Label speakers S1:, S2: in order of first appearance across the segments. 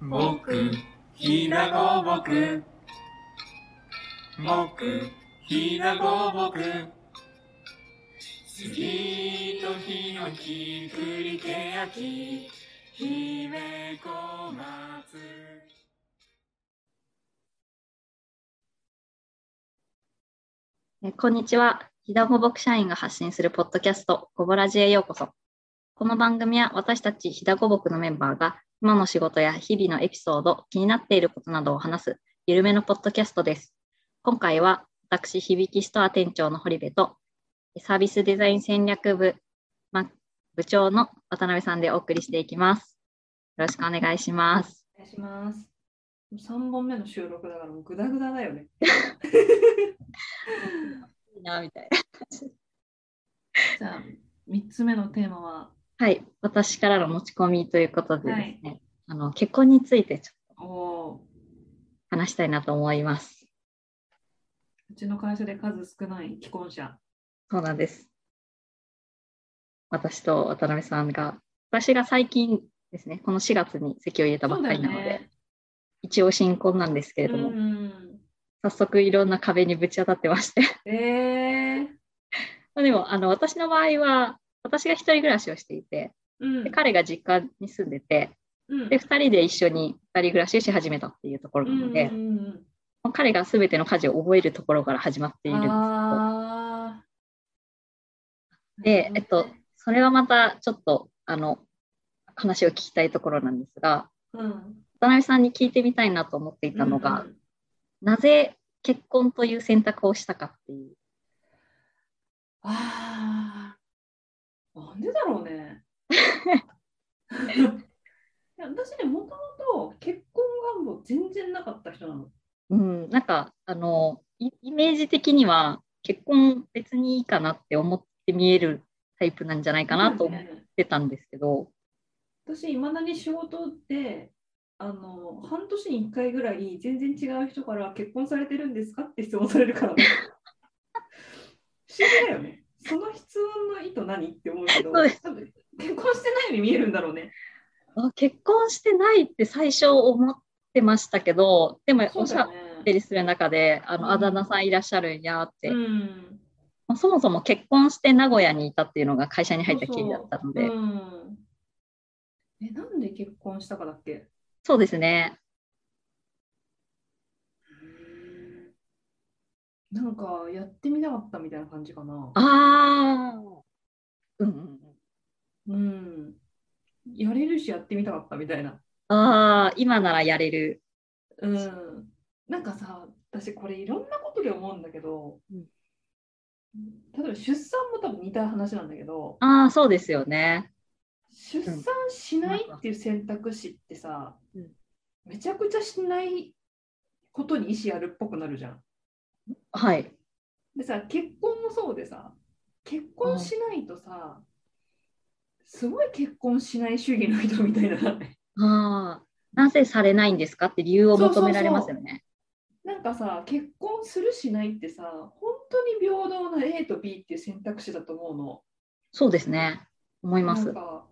S1: 木、ひなごぼく。木、ひなごぼく。杉とヒノキ、栗けやき、姫小松。
S2: えーこんにちは。飛騨放牧社員が発信するポッドキャスト、ごぼらじへようこそ。この番組は私たち飛騨放牧のメンバーが、今の仕事や日々のエピソード、気になっていることなどを話す、ゆるめのポッドキャストです。今回は、私、響ストア店長の堀部と、サービスデザイン戦略部、ま、部長の渡辺さんでお送りしていきます。よろしくお願いします。
S3: お願いします。3本目の収録だからもうグダグダだよね。
S2: いいな、みたい
S3: じゃあ3つ目のテーマは、
S2: な。はい。私からの持ち込みということでですね、
S3: は
S2: あの結婚についてちょっ
S3: おー
S2: と話したいなと思います。
S3: うちの会社で数少ない既婚者。
S2: そうなんです。私と渡辺さんが、私が最近ですね、この4月に籍を入れたばっかりなので、一応新婚なんですけ
S3: そ
S2: れ
S3: うだ
S2: ど
S3: よ
S2: も、
S3: ね。うん
S2: 早速いろんな壁にぶち当たってまして。
S3: えー
S2: まあでも、あの、私の場合は、私が一人暮らしをしていて、
S3: うん
S2: で彼が実家に住んでて、
S3: うん
S2: で、二人で一緒に二人暮らしをし始めたっていうところなので、
S3: うんうんうんうん
S2: もう彼が全ての家事を覚えるところから始まっているんですけど、
S3: あー
S2: で、えっと、それはまたちょっと、あの、話を聞きたいところなんですが、
S3: うん、
S2: 渡辺さんに聞いてみたいなと思っていたのが、
S3: うん
S2: なぜ結婚という選択をしたかっていう。
S3: ああ、なんでだろうね。 いや私ね、もともと結婚願望全然なかった人なの。
S2: うん、なんかあのイイメージ的には結婚別にいいかなって思って見えるタイプなんじゃないかなと思っ
S3: ね
S2: てたんですけど、
S3: 私、いまだに仕事で、あの、半年に1回ぐらい、全然違う人から結婚されてるんですかって質問されるから ね。不思議だよね。その質問の意図何って思うけど、
S2: そうで
S3: 多分結婚してないように見えるんだろうね。
S2: あ結婚してないって最初思ってましたけどでも
S3: そ
S2: お
S3: う
S2: し
S3: だ
S2: ゃ
S3: よ
S2: べ
S3: ね。
S2: りする中であ
S3: う
S2: の、
S3: ん
S2: あだ名さんいらっしゃるんやって、
S3: うん。
S2: まあそもそも結婚して名古屋にいたっていうのが会社に入った経緯だったので
S3: そうそううんえなんで結婚したかだっけ
S2: そうですね
S3: なんかやってみたかったみたいな感じかな。
S2: ああ。うんうん
S3: うん。やれるしやってみたかったみたいな。
S2: うん。ああ、今ならやれる。
S3: うん。なんかさ、私これいろんなことで思うんだけど、
S2: うん
S3: 例えば出産も多分似た話なんだけど、
S2: ああ、そうですよね。
S3: 出産しないっていう選択肢ってさ、
S2: うん
S3: めちゃくちゃしないことに意思あるっぽくなるじゃん。
S2: はい。
S3: でさ結婚もそうでさ結婚しないとさ、すごい結婚しない主義の人みたいだな
S2: ああ。なぜされないんですかって理由を求められますよね。
S3: なんかさ結婚するしないってさ本当に平等な A と B っていう選択肢だと思うの。
S2: そうですね。思いま
S3: なん
S2: す。
S3: か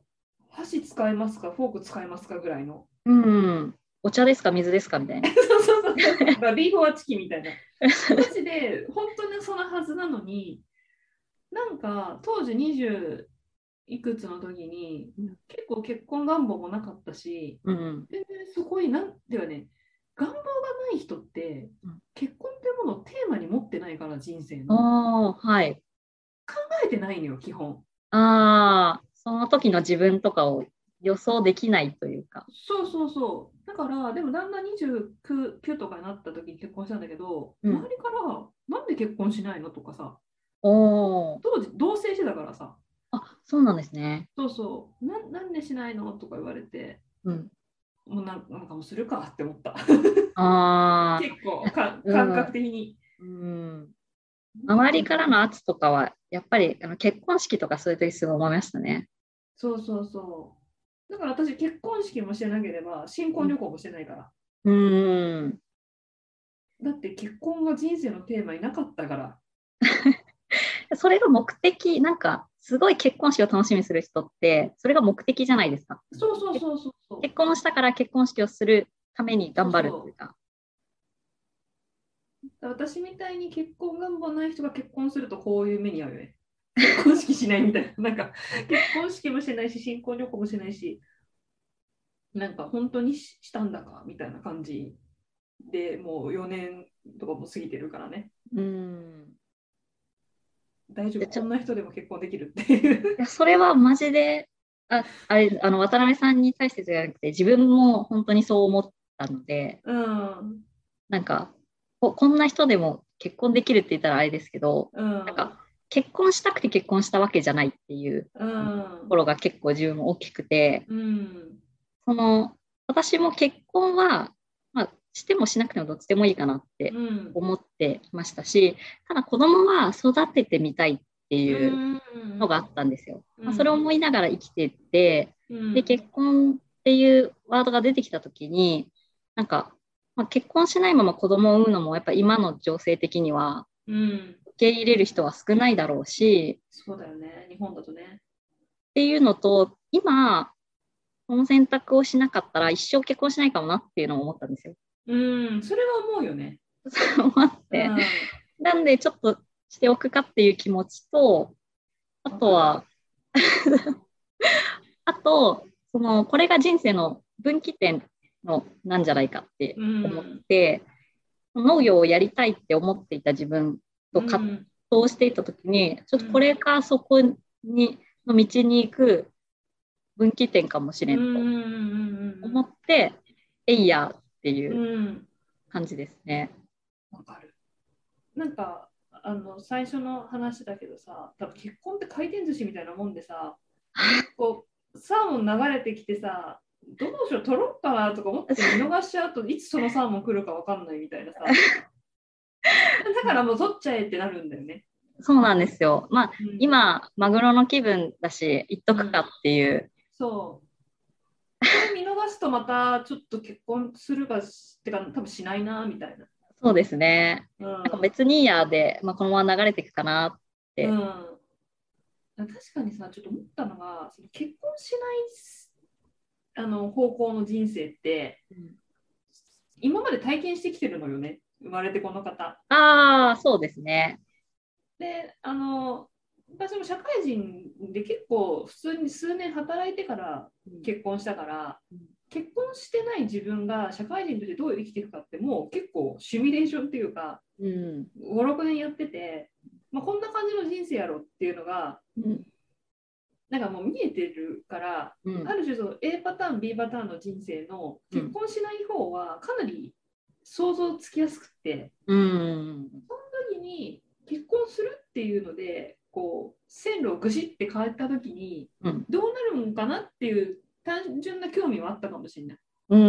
S3: 箸使えますかフォーク使えますかぐらいの。
S2: うん。お茶ですか水ですかみたいな。
S3: そうそうそうそう。まあビーフォアチキンみたいな。マジで本当にそのはずなのに、なんか当時20いくつの時に
S2: うん
S3: 結構結婚願望もなかったし、
S2: うん。
S3: 全然そこになんではね、願望がない人って
S2: うん
S3: 結婚ってものをテーマに持ってないから人生の。
S2: ああ、はい。
S3: 考えてないのよ、基本。
S2: ああ、その時の自分とかを予想できないというか。
S3: そうそうそう。だから、でもだんだん29 9とかになった時に結婚したんだけど、
S2: うん
S3: 周りから、なんで結婚しないのとかさ、
S2: おお。
S3: 当時同棲してたからさ、
S2: あ、そうなんですね。
S3: そうそう、ななんでしないのとか言われて、
S2: うん。
S3: もうなんなんかもうするかって思った。
S2: ああ。
S3: 結構か
S2: うん
S3: 感覚的に。
S2: うん。周りからの圧とかは、やっぱりあの結婚式とかそういう時すごい思いましたね。
S3: そうそうそう。だから私、結婚式もしてなければ、新婚旅行もしてないから。
S2: うーん。
S3: だって結婚が人生のテーマになかったから。
S2: それが目的、なんか、すごい結婚式を楽しみにする人って、それが目的じゃないですか。
S3: そうそうそうそうそう。
S2: 結婚したから結婚式をするために頑張るっていうか。
S3: 私みたいに結婚願望ない人が結婚するとこういう目に遭うよね。結婚式しないみたいな。なんか結婚式もしてないし、新婚旅行もしてないし、なんか本当にししたんだかみたいな感じでもう4年とかも過ぎてるからね。
S2: うん。
S3: 大丈
S2: で
S3: 夫、
S2: ちょ
S3: こんな人でも結婚できるっていう。
S2: いや、それはマジで、あ、あれ、あの、渡辺さんに対してじゃなくて、自分も本当にそう思ったので、
S3: うん。
S2: なんか、ここんな人でも結婚できるって言ったらあれですけど、
S3: うん。な
S2: なんか、結婚したくて結婚したわけじゃないっていう
S3: うん
S2: とこ。ろが結構自分も大きくて、
S3: うん。
S2: その、私も結婚は、まあ、してもしなくてもどっちでもいいかなって
S3: うん。
S2: 思ってましたし、ただ子供は育ててみたいっていうのがあったんですよ。まあ、それを思いながら生きてて、
S3: うん、
S2: で結婚っていうワードが出てきた時になんか、まあ、結婚しないまま子供を産むのもやっぱ今の情勢的には
S3: うん。
S2: 受け入れる人は少ないだろうし
S3: そうだよね、日本だとね。
S2: っていうのと今この選択をしなかったら一生結婚しないかもなっていうのを思ったんですよ。
S3: うん。それは思うよね。
S2: そう思って
S3: うん
S2: なんでちょっとしておくかっていう気持ちとあとは あとそのこれが人生の分岐点のなんじゃないかって
S3: うん
S2: 思って、農業をやりたいって思っていた自分と葛
S3: うん
S2: 藤していた時に、ちょっとこれがそこにの道に行く分岐点かもしれ
S3: うんうんんうん
S2: と思って、えいやってい
S3: うん
S2: う
S3: うん
S2: 感じですね。
S3: わかるなんかあの最初の話だけどさ多分結婚って回転寿司みたいなもんでさこうサーモン流れてきてさどうしよう取ろうかなとか思って見逃しちゃうといつそのサーモン来るかわかんないみたいなさだからもう取っちゃえってなるんだよね、
S2: そうなんですよ。まあ
S3: うん
S2: 今マグロの気分だし行っとくかっていう、
S3: そうこれ見逃すとまたちょっと結婚するかしってか多分しないなみたいな
S2: そうですね。
S3: うん
S2: なんか別にいいやで、まあ、このまま流れていくかな。て
S3: うん、確かにさちょっと思ったのがその結婚しないあの方向の人生って今まで体験してきてるのよね生まれてこの方。
S2: ああそうですね。
S3: であの私も社会人で結構普通に数年働いてから結婚したから、
S2: うん
S3: 結婚してない自分が社会人としてどう生きていくかってもう結構シミュレーションっていうか
S2: うん
S3: 56年やってて、まあ、こんな感じの人生やろっていうのが
S2: うん
S3: なんかもう見えてるから
S2: うん
S3: ある種その A パターン B パターンの人生の
S2: うん
S3: 結婚しない方はかなり想像つきやすくて、
S2: うん
S3: その時に結婚するっていうのでこう線路をぐしって変わった時に
S2: うん
S3: どうなるのかなっていう単純な興味はあったかもしれない
S2: うん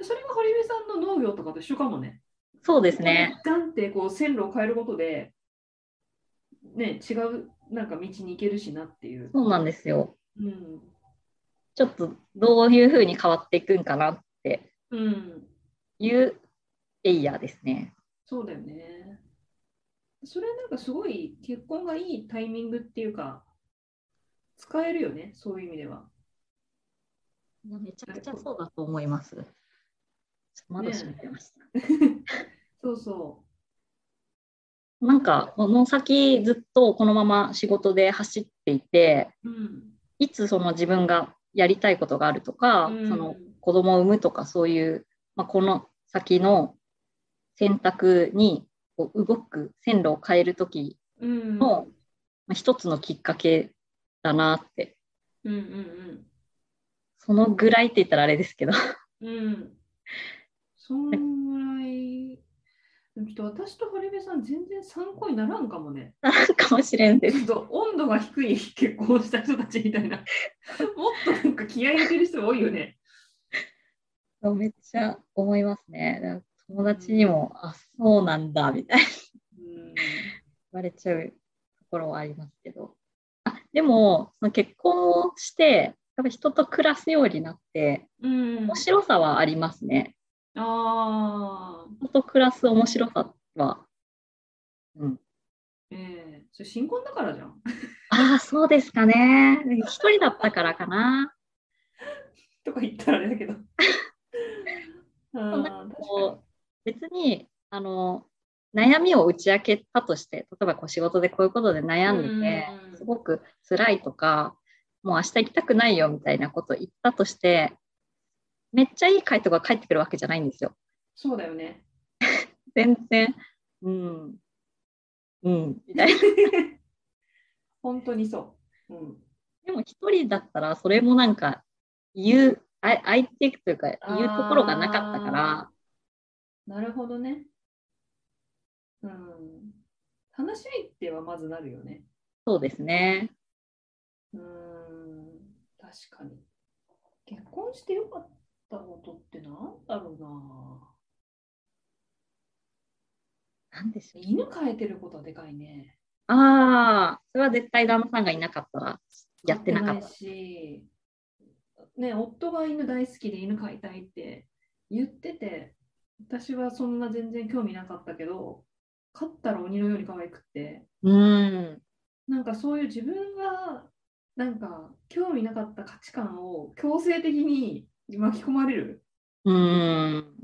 S3: それが堀部さんの農業とかと一緒かもね
S2: そうですね。
S3: ガンってこう線路を変えることでね違うなんか道に行けるしなっていう、
S2: そうなんですよ。
S3: うん
S2: ちょっとどういうふうに変わっていくんかなって
S3: うん、
S2: いうエイヤーですね。
S3: そうだよね。それなんかすごい結婚がいいタイミングっていうか、使えるよね、そういう意味では。
S2: めちゃくちゃそうだと思います。窓閉めてました。
S3: そうそ
S2: なんかこの先ずっとこのまま仕事で走っていて、
S3: う。うん。
S2: いつその自分がやりたいことがあるとか、
S3: うん
S2: その子供を産むとかそういう、まあ、この先の選択にこう動く線路を変える時
S3: うん。
S2: の、まあ一つのきっかけだなって
S3: うんうん
S2: そのぐらいって言ったらあれですけど
S3: うん。うん。そんぐらい。でもちょっと私と堀部さん、全然参考にならんかもね。
S2: なんかもしれんで
S3: ち
S2: す
S3: ょっと温度が低い結婚をした人たちみた いな。もっとなんか気合い入れてる人多いよね。
S2: めっちゃ思いますねなんか友達にも、あそうなんだみたいな言
S3: うん。
S2: われちゃうところはありますけどあでもその結婚をしてやっぱ人と暮らすようになって
S3: うん
S2: 面。白さはありますね
S3: ああ。
S2: 人と暮らす面白さは、うん、
S3: ええそれ新婚だからじゃん。
S2: ああ、そうですかね。一人だったからかな。
S3: とか言ったらあれだけど。
S2: そんな
S3: あー
S2: こう別にあの悩みを打ち明けたとして例えばこう仕事でこういうことで悩んでて
S3: うん
S2: すごく辛いとかもう明日行きたくないよみたいなこと言ったとしてめっちゃいい回答が返ってくるわけじゃないんですよ。
S3: そうだよね。
S2: 全然うんうんみたいな。
S3: 本当にそう。うん、
S2: でも一人だったらそれもなんか言うあ相手というか言うところがなかったから
S3: なるほどね。うん。話し相手はまずなるよね。
S2: そうですね。
S3: うーん、確かに。結婚してよかったことってなんだろうな。
S2: なんでしょう
S3: 犬飼えてることはでかいね。
S2: ああ、それは絶対旦那さんがいなかったらやってなかっ
S3: 飼
S2: た。
S3: いし、ね、夫が犬大好きで犬飼いたいって言ってて、私はそんな全然興味なかったけど、飼ったら鬼のように可愛くって、
S2: うん。
S3: なんかそういう自分がなんか興味なかった価値観を強制的に巻き込まれる
S2: うん。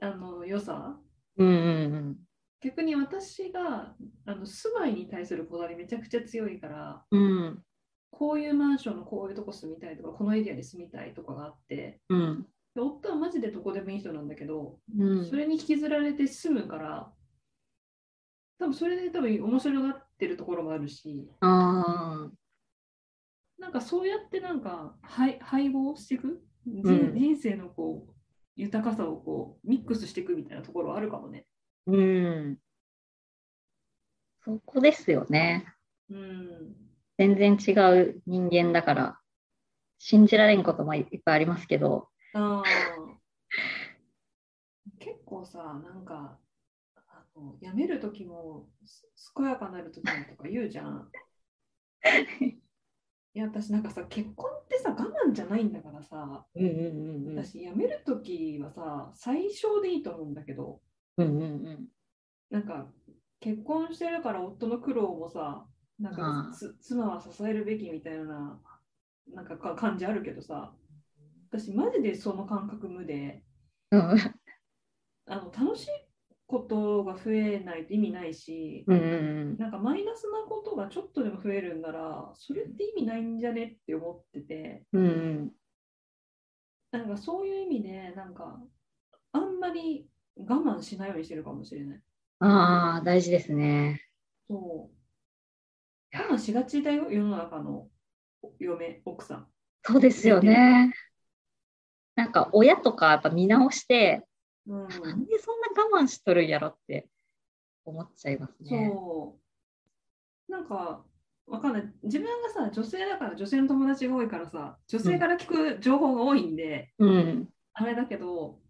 S3: あの良さ
S2: うん。
S3: 逆に私があの住まいに対するこだわりめちゃくちゃ強いから
S2: うん。
S3: こういうマンションのこういうとこ住みたいとかこのエリアに住みたいとかがあって
S2: うん。
S3: で夫はマジでどこでもいい人なんだけど、
S2: うん
S3: そ。れに引きずられて住むから多分それで多分面白がってるところもあるし
S2: ああ。
S3: なんかそうやってなんか配配合していく人,、
S2: うん
S3: 人生のこう豊かさをこうミックスしていくみたいなところあるかもね。
S2: うん。そこですよね。
S3: うん
S2: 全然違う人間だから、信じられんこともいっぱいありますけど。
S3: あー結構さ、なんか、あの辞めるときも、す健やかなるときもとか言うじゃ ん。いや、私なんかさ、結婚ってさ、我慢じゃないんだからさ、
S2: うんうん
S3: 私辞めるときはさ、最小でいいと思うんだけど、
S2: うんうん
S3: なんか、結婚してるから夫の苦労もさ、なん
S2: あ
S3: か
S2: ー
S3: つ妻は支えるべきみたいな、なんかか感じあるけどさ、私マジでその感覚無で、
S2: うん。
S3: あの楽しいことが増えないと意味ないし、
S2: うんうん
S3: なんかマイナスなことがちょっとでも増えるんなら、それって意味ないんじゃねって思ってて、
S2: うん。うん
S3: なんかそういう意味で、なんかあんまり我慢しないようにしてるかもしれない。
S2: ああ、大事ですね。
S3: そう。我慢しがちだよ、世の中の嫁、奥さん。
S2: そうですよね。なんか親とかやっぱ見直して、
S3: うん、
S2: なんでそんな我慢しとるんやろって思っちゃいますね。
S3: そう。なんか、わかんない。自分がさ、女性だから、女性の友達が多いからさ、女性から聞く情報が多いんで、
S2: うん。
S3: あれだけど、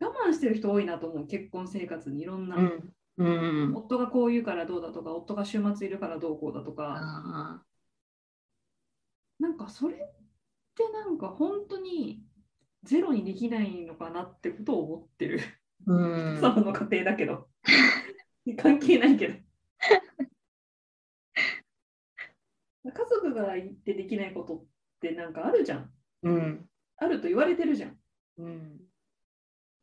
S3: 我慢してる人多いなと思う、結婚生活にいろんな。
S2: うん。うん。
S3: 夫がこう言うからどうだとか、夫が週末いるからどうこうだとか、
S2: あ
S3: なんかそれってなんか本当にゼロにできないのかなってことを思ってる。
S2: ーう
S3: そ
S2: ん。
S3: の家庭だけど。関係ないけど。 家族が言ってできないことってなんかあるじゃん。
S2: うん。
S3: あると言われてるじゃん。
S2: うん。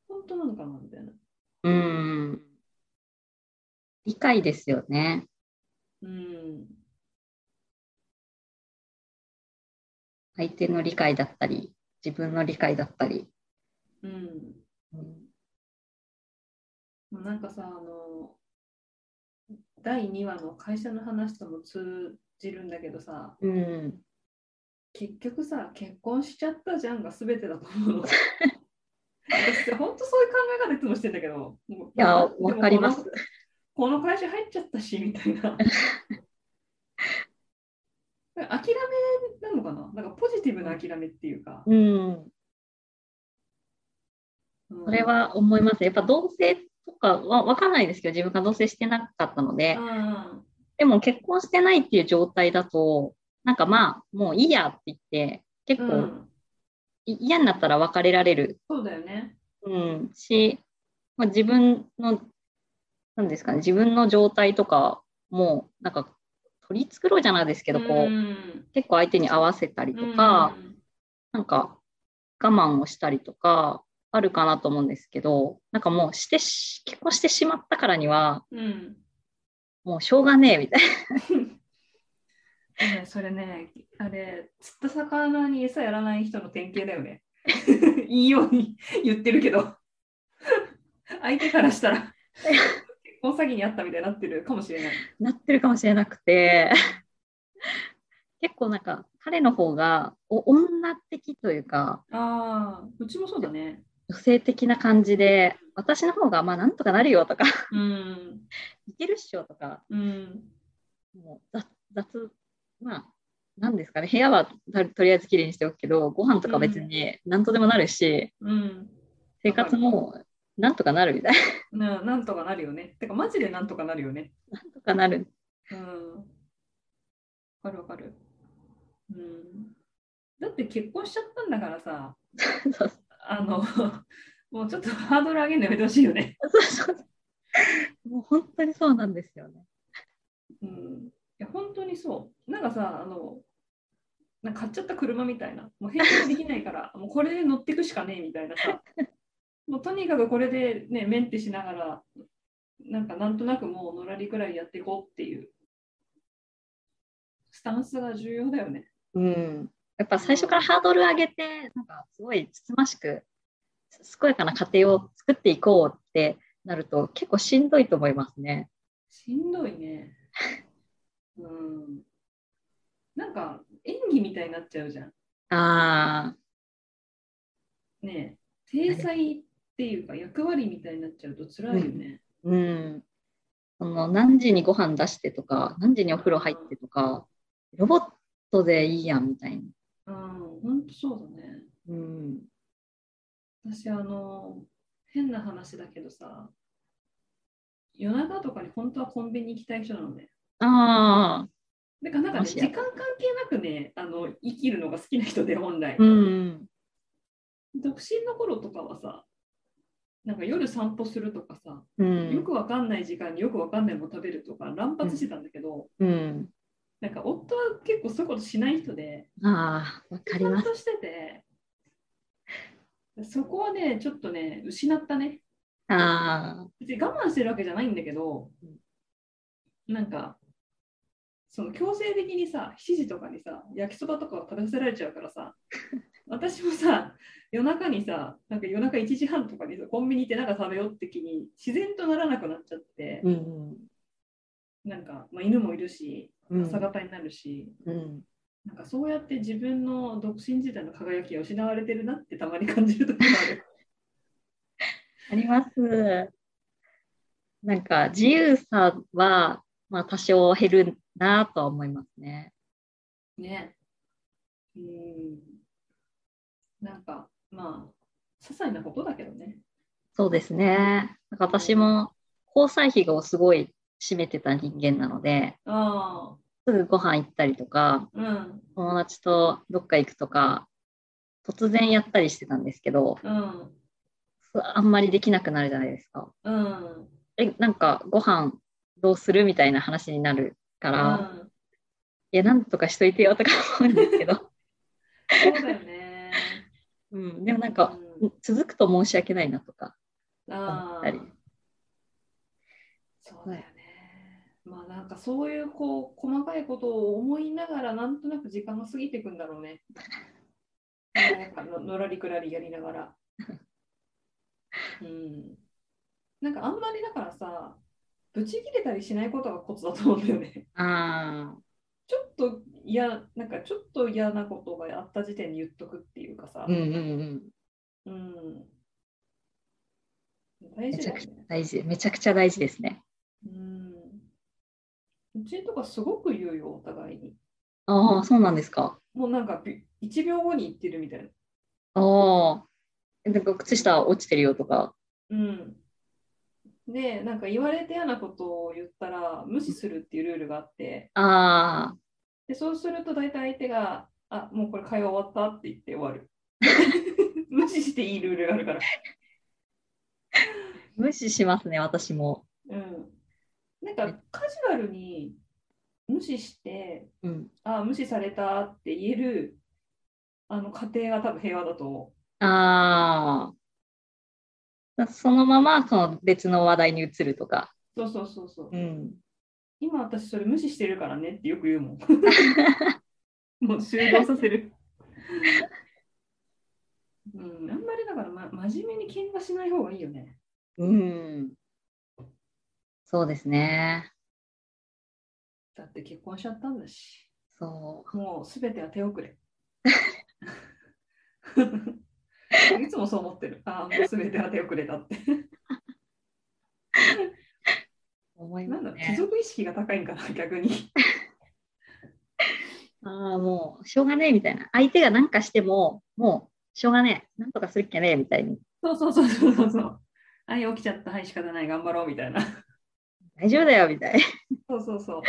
S3: 本当なのかなみたいな。
S2: うん。理解ですよね。
S3: うん。
S2: 相手の理解だったり、自分の理解だったり。
S3: うん。
S2: うん。
S3: もうなんかさ、あの、第2話の会社の話とも通じるんだけどさ、
S2: うん。
S3: 結局さ、結婚しちゃったじゃんが全てだと思う の。私本当そういう考え方いつもしてんだけど、もうい
S2: やわかります。
S3: でもこのこの会社入っちゃったし、みたいな。 諦めなのかななんかポジティブな諦めっていうか。
S2: うん。
S3: うん
S2: それ、は思います。やっぱ同棲とかはわかんないですけど、自分が同棲してなかったので
S3: う、ん、
S2: でも結婚してないっていう状態だと、なんかまあ、もういいやって言って、結
S3: う
S2: 構、
S3: ん。
S2: い嫌になったら別れられる、
S3: そうだよね。
S2: うん、し、まあ、自分の、なんですかね、自分の状態とかも、なんか、取り繕うじゃないですけど、こう、結構相手に合わせたりとか、なんか我慢をしたりとか、あるかなと思うんですけど、なんかもうしてし、結婚してしまったからには、
S3: うん、うん
S2: もうしょうがねえみたいな。
S3: でもねそれね、あれ、釣った魚に餌やらない人の典型だよ ね。いいように言ってるけど、相手からしたら、結婚詐欺にあったみたいになってるかもしれない。
S2: な ってるかもしれなくて、結構なんか彼の方がお女的というか、
S3: ああ、うちもそうだね。
S2: 女性的な感じで、私の方がまあなんとかなるよとか、
S3: うん。
S2: いけるっしょとか、
S3: うん。
S2: もう雑、雑まあ、なんですかね、部屋はととりあえずきれいにしておくけど、ご飯とか別に何とでもなるし、
S3: うん。
S2: 生活もなんとかなるみたいな、
S3: ななんとかなるよね。てか、マジでなんとかなるよね。
S2: なんとかなる。
S3: うん。わかるわかる。うん。だって結婚しちゃったんだからさ、
S2: そう
S3: あの、もうちょっとハードル上げるのやめてほしいよね。
S2: そうそう。もう本当にそうなんですよね。
S3: うん。いや、本当にそう。なんかさ、あの、なんか買っちゃった車みたいな、もう返却できないから、 もうこれで乗ってくしかねえみたいなさ、 もうとにかくこれでね、メンテしながら、なんかなんとなくもうのらりくらいやっていこうっていう、スタンスが重要だよね。
S2: うん。やっぱ最初からハードル上げて、なんかすごいつつましく、す健やかな家庭を作っていこうってなると、結構しんどいと思いますね。
S3: しんどいね。うん。なんか演技みたいになっちゃうじゃん。
S2: ああ、
S3: ねえ体裁っていうか役割みたいになっちゃうと辛いよね。
S2: うん。その何時にご飯出してとか、何時にお風呂入ってとか、ロボットでいいやんみたい
S3: う
S2: な。
S3: ん、ほんとそうだね。
S2: うん。
S3: 私、あの、変な話だけどさ、夜中とかに本当はコンビニ行きたい人なのね。
S2: ああ、
S3: だからなんかね、
S2: マジ
S3: 時
S2: や
S3: 間関係なくね、あの生きるのが好きな人で、本来。
S2: うん。
S3: 独身の頃とかはさ、なんか夜散歩するとかさ、
S2: う
S3: よ
S2: ん。
S3: くわかんない時間によくわかんないもの食べるとか乱発してたんだけど、
S2: うん。
S3: なんか夫は結構そういうことしない人で
S2: ああ、わかり
S3: ちゃ
S2: ま
S3: ん
S2: す。
S3: としててそこはねちょっとね失ったね
S2: ああ、
S3: 別に我慢してるわけじゃないんだけど、なんかその強制的にさ7時とかにさ焼きそばとかを食べさせられちゃうから さ私もさ夜中にさなんか夜中1時半とかにさコンビニ行ってなんか食べようって気に自然とならなくなっちゃって、
S2: うん。
S3: なんか、まあ、犬もいるし
S2: うん
S3: 朝方になるし、
S2: うん。
S3: なんかそうやって自分の独身時代の輝きが失われてるなってたまに感じる時がある。
S2: あります。なんか自由さは、まあ、多少減るなとは思いますね。
S3: ね。うん。なんか、まあ、些細なことだけどね。
S2: そうですね。なんか私も交際費をすごい占めてた人間なので、
S3: あ
S2: すぐご飯行ったりとか、
S3: あ、うん、
S2: 友達とどっか行くとか、突然やったりしてたんですけど、
S3: うん、
S2: そあんまりできなくなるじゃないですか。
S3: うん、
S2: え、なんかご飯どうするみたいな話になるか
S3: う
S2: ら、
S3: ん。
S2: いや、なんとかしといてよとか思うんですけど、
S3: そうだよね。
S2: うん、 でもなんか、
S3: うん、
S2: 続くと申し訳ないなとか。
S3: あ
S2: った
S3: あ
S2: り。
S3: そうだよね。まあなんかそういうこう細かいことを思いながらなんとなく時間が過ぎていくんだろうね。なんかののらりくらりやりなが ら。うん。なんかあんまりだからさ、ブチ切れたりしないことがコツだと思うんだよね。
S2: あ
S3: ちょっと嫌、なんかちょっと嫌なことがあった時点に言っとくっていうかさ。
S2: うんうん
S3: う
S2: うん。
S3: ん。大事だよ
S2: めちゃくち
S3: ね。
S2: 大事。めちゃくちゃ大事ですね。
S3: うんうちとかすごく言うよ、お互いに。
S2: ああ、そうなんですか。
S3: もうなんかび1秒後に言ってるみたいな。
S2: ああ。なんか靴下落ちてるよとか。
S3: うん。で、なんか言われて嫌なことを言ったら無視するっていうルールがあって、
S2: ああ。
S3: でそうすると大体相手が、あもうこれ会話終わったって言って終わる。 無視していいルールがあるから。
S2: 無視しますね、私も。
S3: うん。なんかカジュアルに無視して
S2: うん、
S3: あ無視されたって言えるあの家庭が多分平和だと思
S2: ああ。そのままその別の話題に移るとか。
S3: うそうそうそうそう、
S2: ん。
S3: 今私それ無視してるからねってよく言うも んもう終了させるうんあんまりだから、ま、真面目に喧嘩しない方がいいよね
S2: うん。そうですね。
S3: だって結婚しちゃったんだし
S2: そ
S3: もうすべては手遅れ いつもそう思ってるああもうすべては手遅れだって
S2: う。思いま
S3: なんだろ
S2: す
S3: う貴
S2: ね。
S3: 族意識が高いんかな逆に
S2: ああ、もうしょうがねえみたいな。相手が何かしても、もうしょうがねえ。なんとかするっけねえみたいに。
S3: そうそうそうそうそうそう。はい、起きちゃった。はい、仕方ない。頑張ろうみたいな。
S2: 大丈夫だよみたいな。
S3: そうそうそう。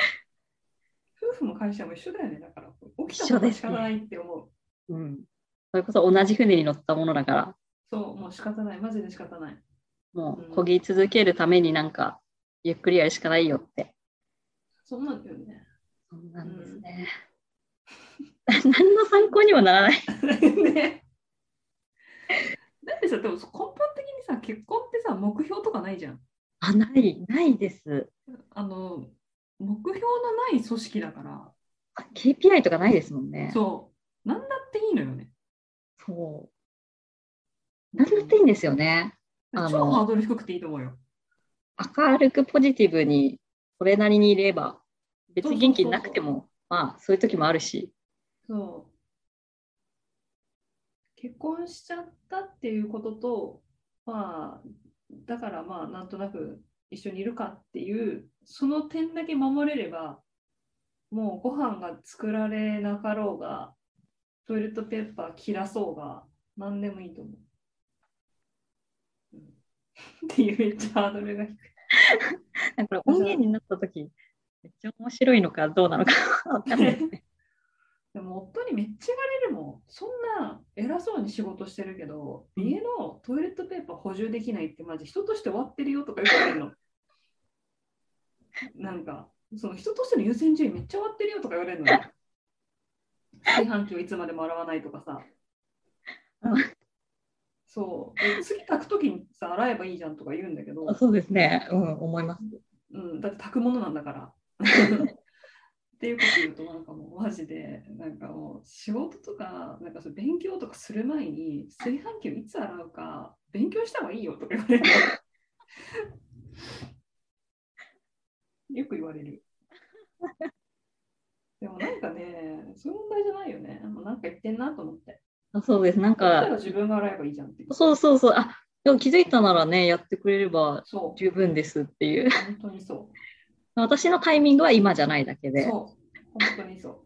S3: 夫婦も会社も一緒だよね。だから、起き
S2: 一
S3: たこ
S2: 緒
S3: と
S2: で
S3: は
S2: す
S3: 仕
S2: ね
S3: 方ないって思う。
S2: うん。それこそ同じ船に乗ったものだから、
S3: そう、もう仕方ない。マジで仕方ない。
S2: もう
S3: うん
S2: 漕ぎ続けるためになんか、ゆっくりやるしかないよって。
S3: そうなんだよね。
S2: そうな
S3: なんん
S2: で
S3: ですす
S2: ね。何の参考にもならない。
S3: ねだってさ、でも根本的にさ、結婚ってさ、目標とかないじゃん。
S2: あ、ない、ないです。
S3: あの、目標のない組織だから、
S2: あ KPI とかないですもんね。
S3: そう、なんだっていいのよね。
S2: そう。なんだっていいんですよね。あ
S3: 超
S2: の
S3: ハードル低くていいと思うよ。
S2: 明るくポジティブに、それなりにいれば、別に元気なくても、まあ、そういう時もあるし。
S3: そう。結婚しちゃったっていうことと、まあ、だからまあ、なんとなく一緒にいるかっていう、その点だけ守れれば、もうご飯が作られなかろうが、トイレットペーパー切らそうが、何でもいいと思う。うん っていうめっちゃハードルが低い。
S2: だから、音源になった時、めっちゃ面白いのかどうなのか わかんないですね。
S3: でも夫にめっちゃ言われるもん。そんな偉そうに仕事してるけど、
S2: うん
S3: 家のトイレットペーパー補充できないってマジ人として終わってるよとか言われるの。なんか、その人としての優先順位めっちゃ終わってるよとか言われるのよ。炊飯器をいつまでも洗わないとか さ
S2: うん。
S3: そう。で次炊くときにさ、洗えばいいじゃんとか言うんだけど。
S2: そうですね。うん、思います。
S3: うん、だって炊くものなんだから。っていうこと言うとなんかもうマジでなんかもう仕事とかなんかそう勉強とかする前に炊飯器をいつ洗うか勉強した方がいいよとか言われる。よく言われる。でもなんかね、そういう問題じゃないよね。もうなんか言ってんなと思って。
S2: あそうです。なん
S3: だった
S2: か、
S3: ら自分が洗えばいいじゃんっていう。
S2: そうそうそう。あ、でも気づいたならね、やってくれれば
S3: そう。
S2: 十分ですっていう。
S3: 本当にそう。
S2: 私のタイミングは今じゃないだけで。
S3: そう、本当にそう。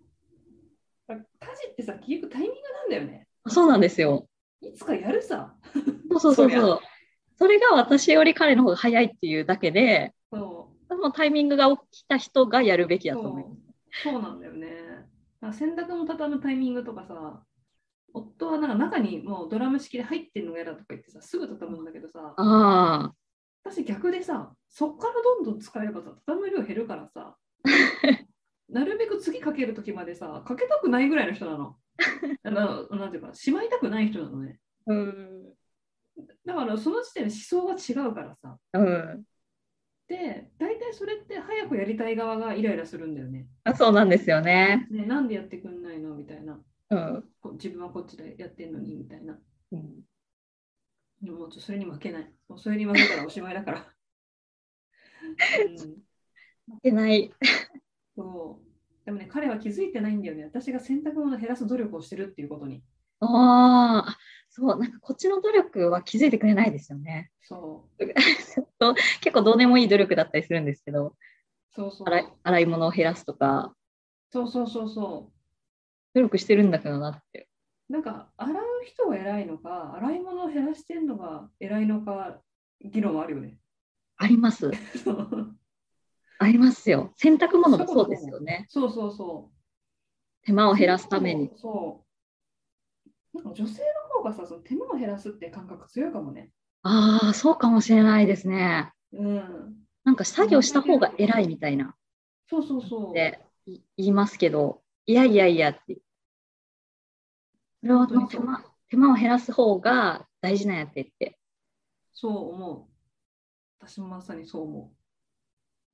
S3: だから家事ってさ、結局タイミングなんだよね。
S2: あそうなんですよ。
S3: いつかやるさ。
S2: そうそうそ
S3: そ
S2: う
S3: り
S2: そう。それが私より彼の方が早いっていうだけで、
S3: そう
S2: そのタイミングが起きた人がやるべきだと思います。
S3: そうそうなんだよね。だから洗濯も畳むタイミングとかさ、夫はなんか中にもうドラム式で入ってんのが嫌だとか言ってさ、すぐ畳むんだけどさ、
S2: ああ、
S3: 私逆でさ、そっからどんどん使えばさ、畳む量減るから さ、なるべく次かけるときまでさ、かけたくないぐらいの人なの。あのなんていうか、しまいたくない人なのね。
S2: うん。
S3: だからその時点で思想が違うからさ。
S2: うん。
S3: で大体それって早くやりたい側がイライラするんだよね。
S2: あそうなんですよね。
S3: ねなんでやってくんないのみたいな
S2: うん。
S3: こ自分はこっちでやってんのにみたいな。
S2: うん
S3: でももうちょそれに負けない。もうそれに負けたらおしまいだから。うん、
S2: 負けない。
S3: そうでもね彼は気づいてないんだよね。私が洗濯物を減らす努力をしてるっていうことに。
S2: ああ、そう、なんかこっちの努力は気づいてくれないですよね。
S3: そう
S2: と結構どうでもいい努力だったりするんですけど、
S3: そうそう
S2: 洗い洗い物を減らすとか、
S3: そうそうそうそう。
S2: 努力してるんだけどなって。
S3: なんか洗う人が偉いのか洗い物を減らしてるのが偉いのか議論はあるよね。
S2: あります。
S3: そう
S2: ありますよ。洗濯物もそうですよね。
S3: そうそうそう。
S2: 手間を減らすために。
S3: そう。なんか女性の方がさ、その手間を減らすって感覚強いかもね。
S2: ああ、そうかもしれないですね。
S3: うん。
S2: なんか作業した方が偉いみたいな。
S3: そうそうそう。
S2: で、い言いますけど、いやいやいやって。それは
S3: 本当に
S2: 手
S3: そう
S2: 間手間を減らす方が大事なんやってって。
S3: そう思う。私もまさにそう思う。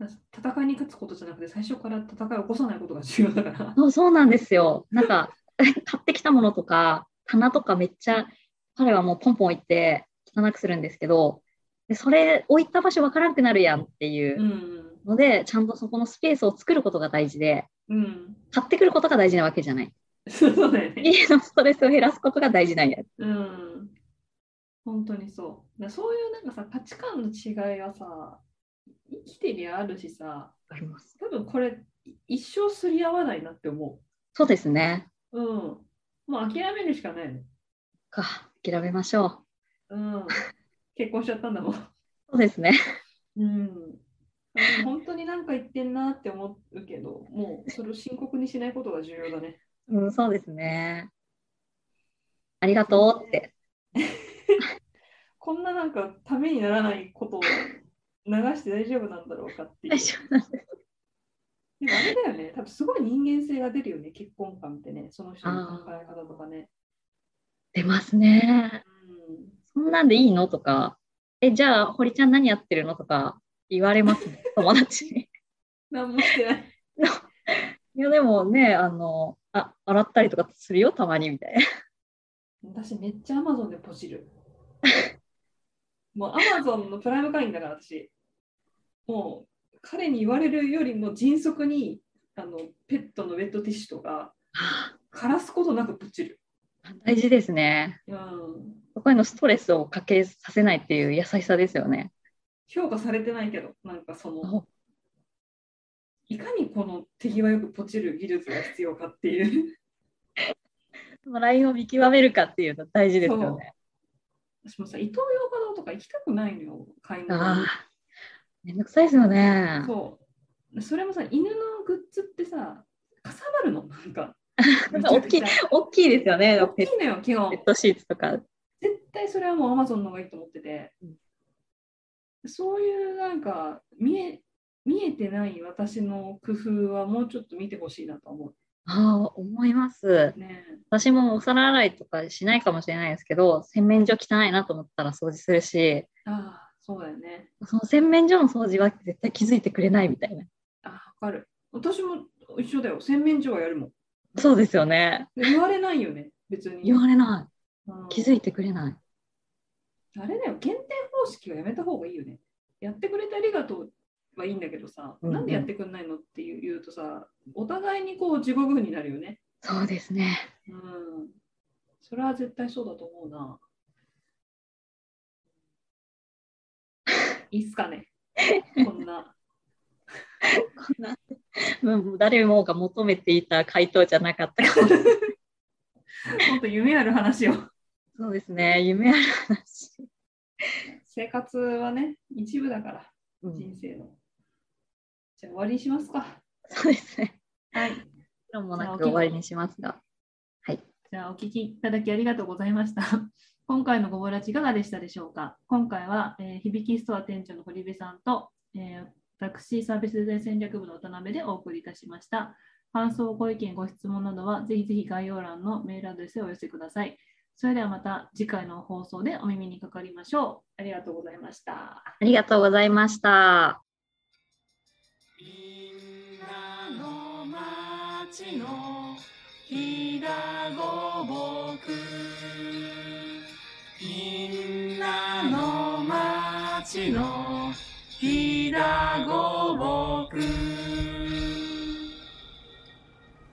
S3: だ戦いに勝つことじゃなくて、最初から戦いを起こさないことが重要だから。
S2: そうそうなんですよ。なんか、 買ってきたものとか、棚とかめっちゃ、彼はもうポンポン置いて汚くするんですけど、でそれ置いた場所わからなくなるやんっていううんので、ちゃんとそこのスペースを作ることが大事で、
S3: うん。うん。
S2: 買ってくることが大事なわけじゃない。
S3: そうだよね。
S2: 家のストレスを減らすことが大事なんや。
S3: うん。本当にそう。だそういうなんかさ、価値観の違いはさ、生きてりゃあるしさ、
S2: あります。
S3: 多分これ、い一生すり合わないなって思
S2: そうですね。
S3: う。うん。もう諦めるしかないの。
S2: か、諦めましょう。
S3: うん。結婚しちゃったんだもん。
S2: そうですね。
S3: うん。本当に何か言ってんなって思うけど、もうそれを深刻にしないことが重要だね。
S2: うん、そうですね。ありがとうって。
S3: こんななんかためにならないことを流して大丈夫なんだろうかっていう。
S2: 大丈夫なんです。
S3: でもあれだよね、多分すごい人間性が出るよね、結婚観ってね、その人の考え方とかね。
S2: 出ますね。そんなんでいいのとか、え、じゃあ、堀ちゃん何やってるのとか言われます ね、友達に。
S3: 何もしてない。
S2: いや、でもね、あの、あ、洗ったりとかするよ、たまに、みたいな。
S3: 私めっちゃ Amazon でポチる。もう Amazon のプライム会員だから私。もう彼に言われるよりも迅速にあのペットのウェットティッシュとか、枯らすことなくポチる。
S2: 大事ですね。
S3: うん、
S2: そこへのストレスをかけさせないっていう優しさですよね。
S3: 評価されてないけど、なんかその、
S2: お
S3: いかにこの手際よくポチる技術が必要かっていう。
S2: そのラインを見極めるかっていうの大事ですよね。
S3: 私もさ、伊東洋華堂とか行きたくないのよ、買い物
S2: あ
S3: に。
S2: あ、めんどくさいですよね。
S3: そう。それもさ、犬のグッズってさ、かさばるの、なん か。めちゃ
S2: 大
S3: くち
S2: きい
S3: ゃ、
S2: 大きいですよね。
S3: 大き
S2: ペ
S3: いのよ、基本
S2: ペ。ットシーツとか。
S3: 絶対それはもう Amazon の方がいいと思ってて
S2: うん。
S3: そういうなんか、見え、見えてない私の工夫はもうちょっと見てほしいなと思
S2: ああ、思います。
S3: うね。
S2: 私もお皿洗いとかしないかもしれないですけど、洗面所汚いなと思ったら掃除するし、
S3: ああ、そうだよね。
S2: その洗面所の掃除は絶対気づいてくれないみたいな。
S3: ああ、わかる。私も一緒だよ。洗面所はやるもん。
S2: そうですよね。
S3: で言われないよね、別に。
S2: 言われな
S3: う
S2: い。
S3: ん
S2: 気づいてくれない。
S3: あれだよ、限定方式はやめた方がいいよね。やってくれてありがとうはいいんだけどさ、
S2: うんうん
S3: なんでやってくんないのっていう言うとさ、お互いにこう地獄になるよね。
S2: そうですね。
S3: うん。それは絶対そうだと思うな。いいっすかね。こんな。
S2: うん誰もが求めていた回答じゃなかったかも。
S3: もっと夢ある話を。
S2: そうですね。夢ある話。
S3: 生活はね、一部だから、
S2: うん
S3: 人生の。じゃあ終わりにしますか。
S2: そうですね。
S3: はい。
S2: 今日もなく終わりにしますが。
S3: じゃあお聞きいただきありがとうございました。 今回のごぼらちいかがでしたでしょうか今回は、えー響きストア店長の堀部さんと、えー私サービスデザイン戦略部の渡辺でお送りいたしました。感想、ご意見、ご質問などはぜひぜひ概要欄のメールアドレスへお寄せください。それではまた次回の放送でお耳にかかりましょう。ありがとうございました。
S2: ありがとうございました。
S1: みんなの町のひだごぼくみんなの町のひだごぼく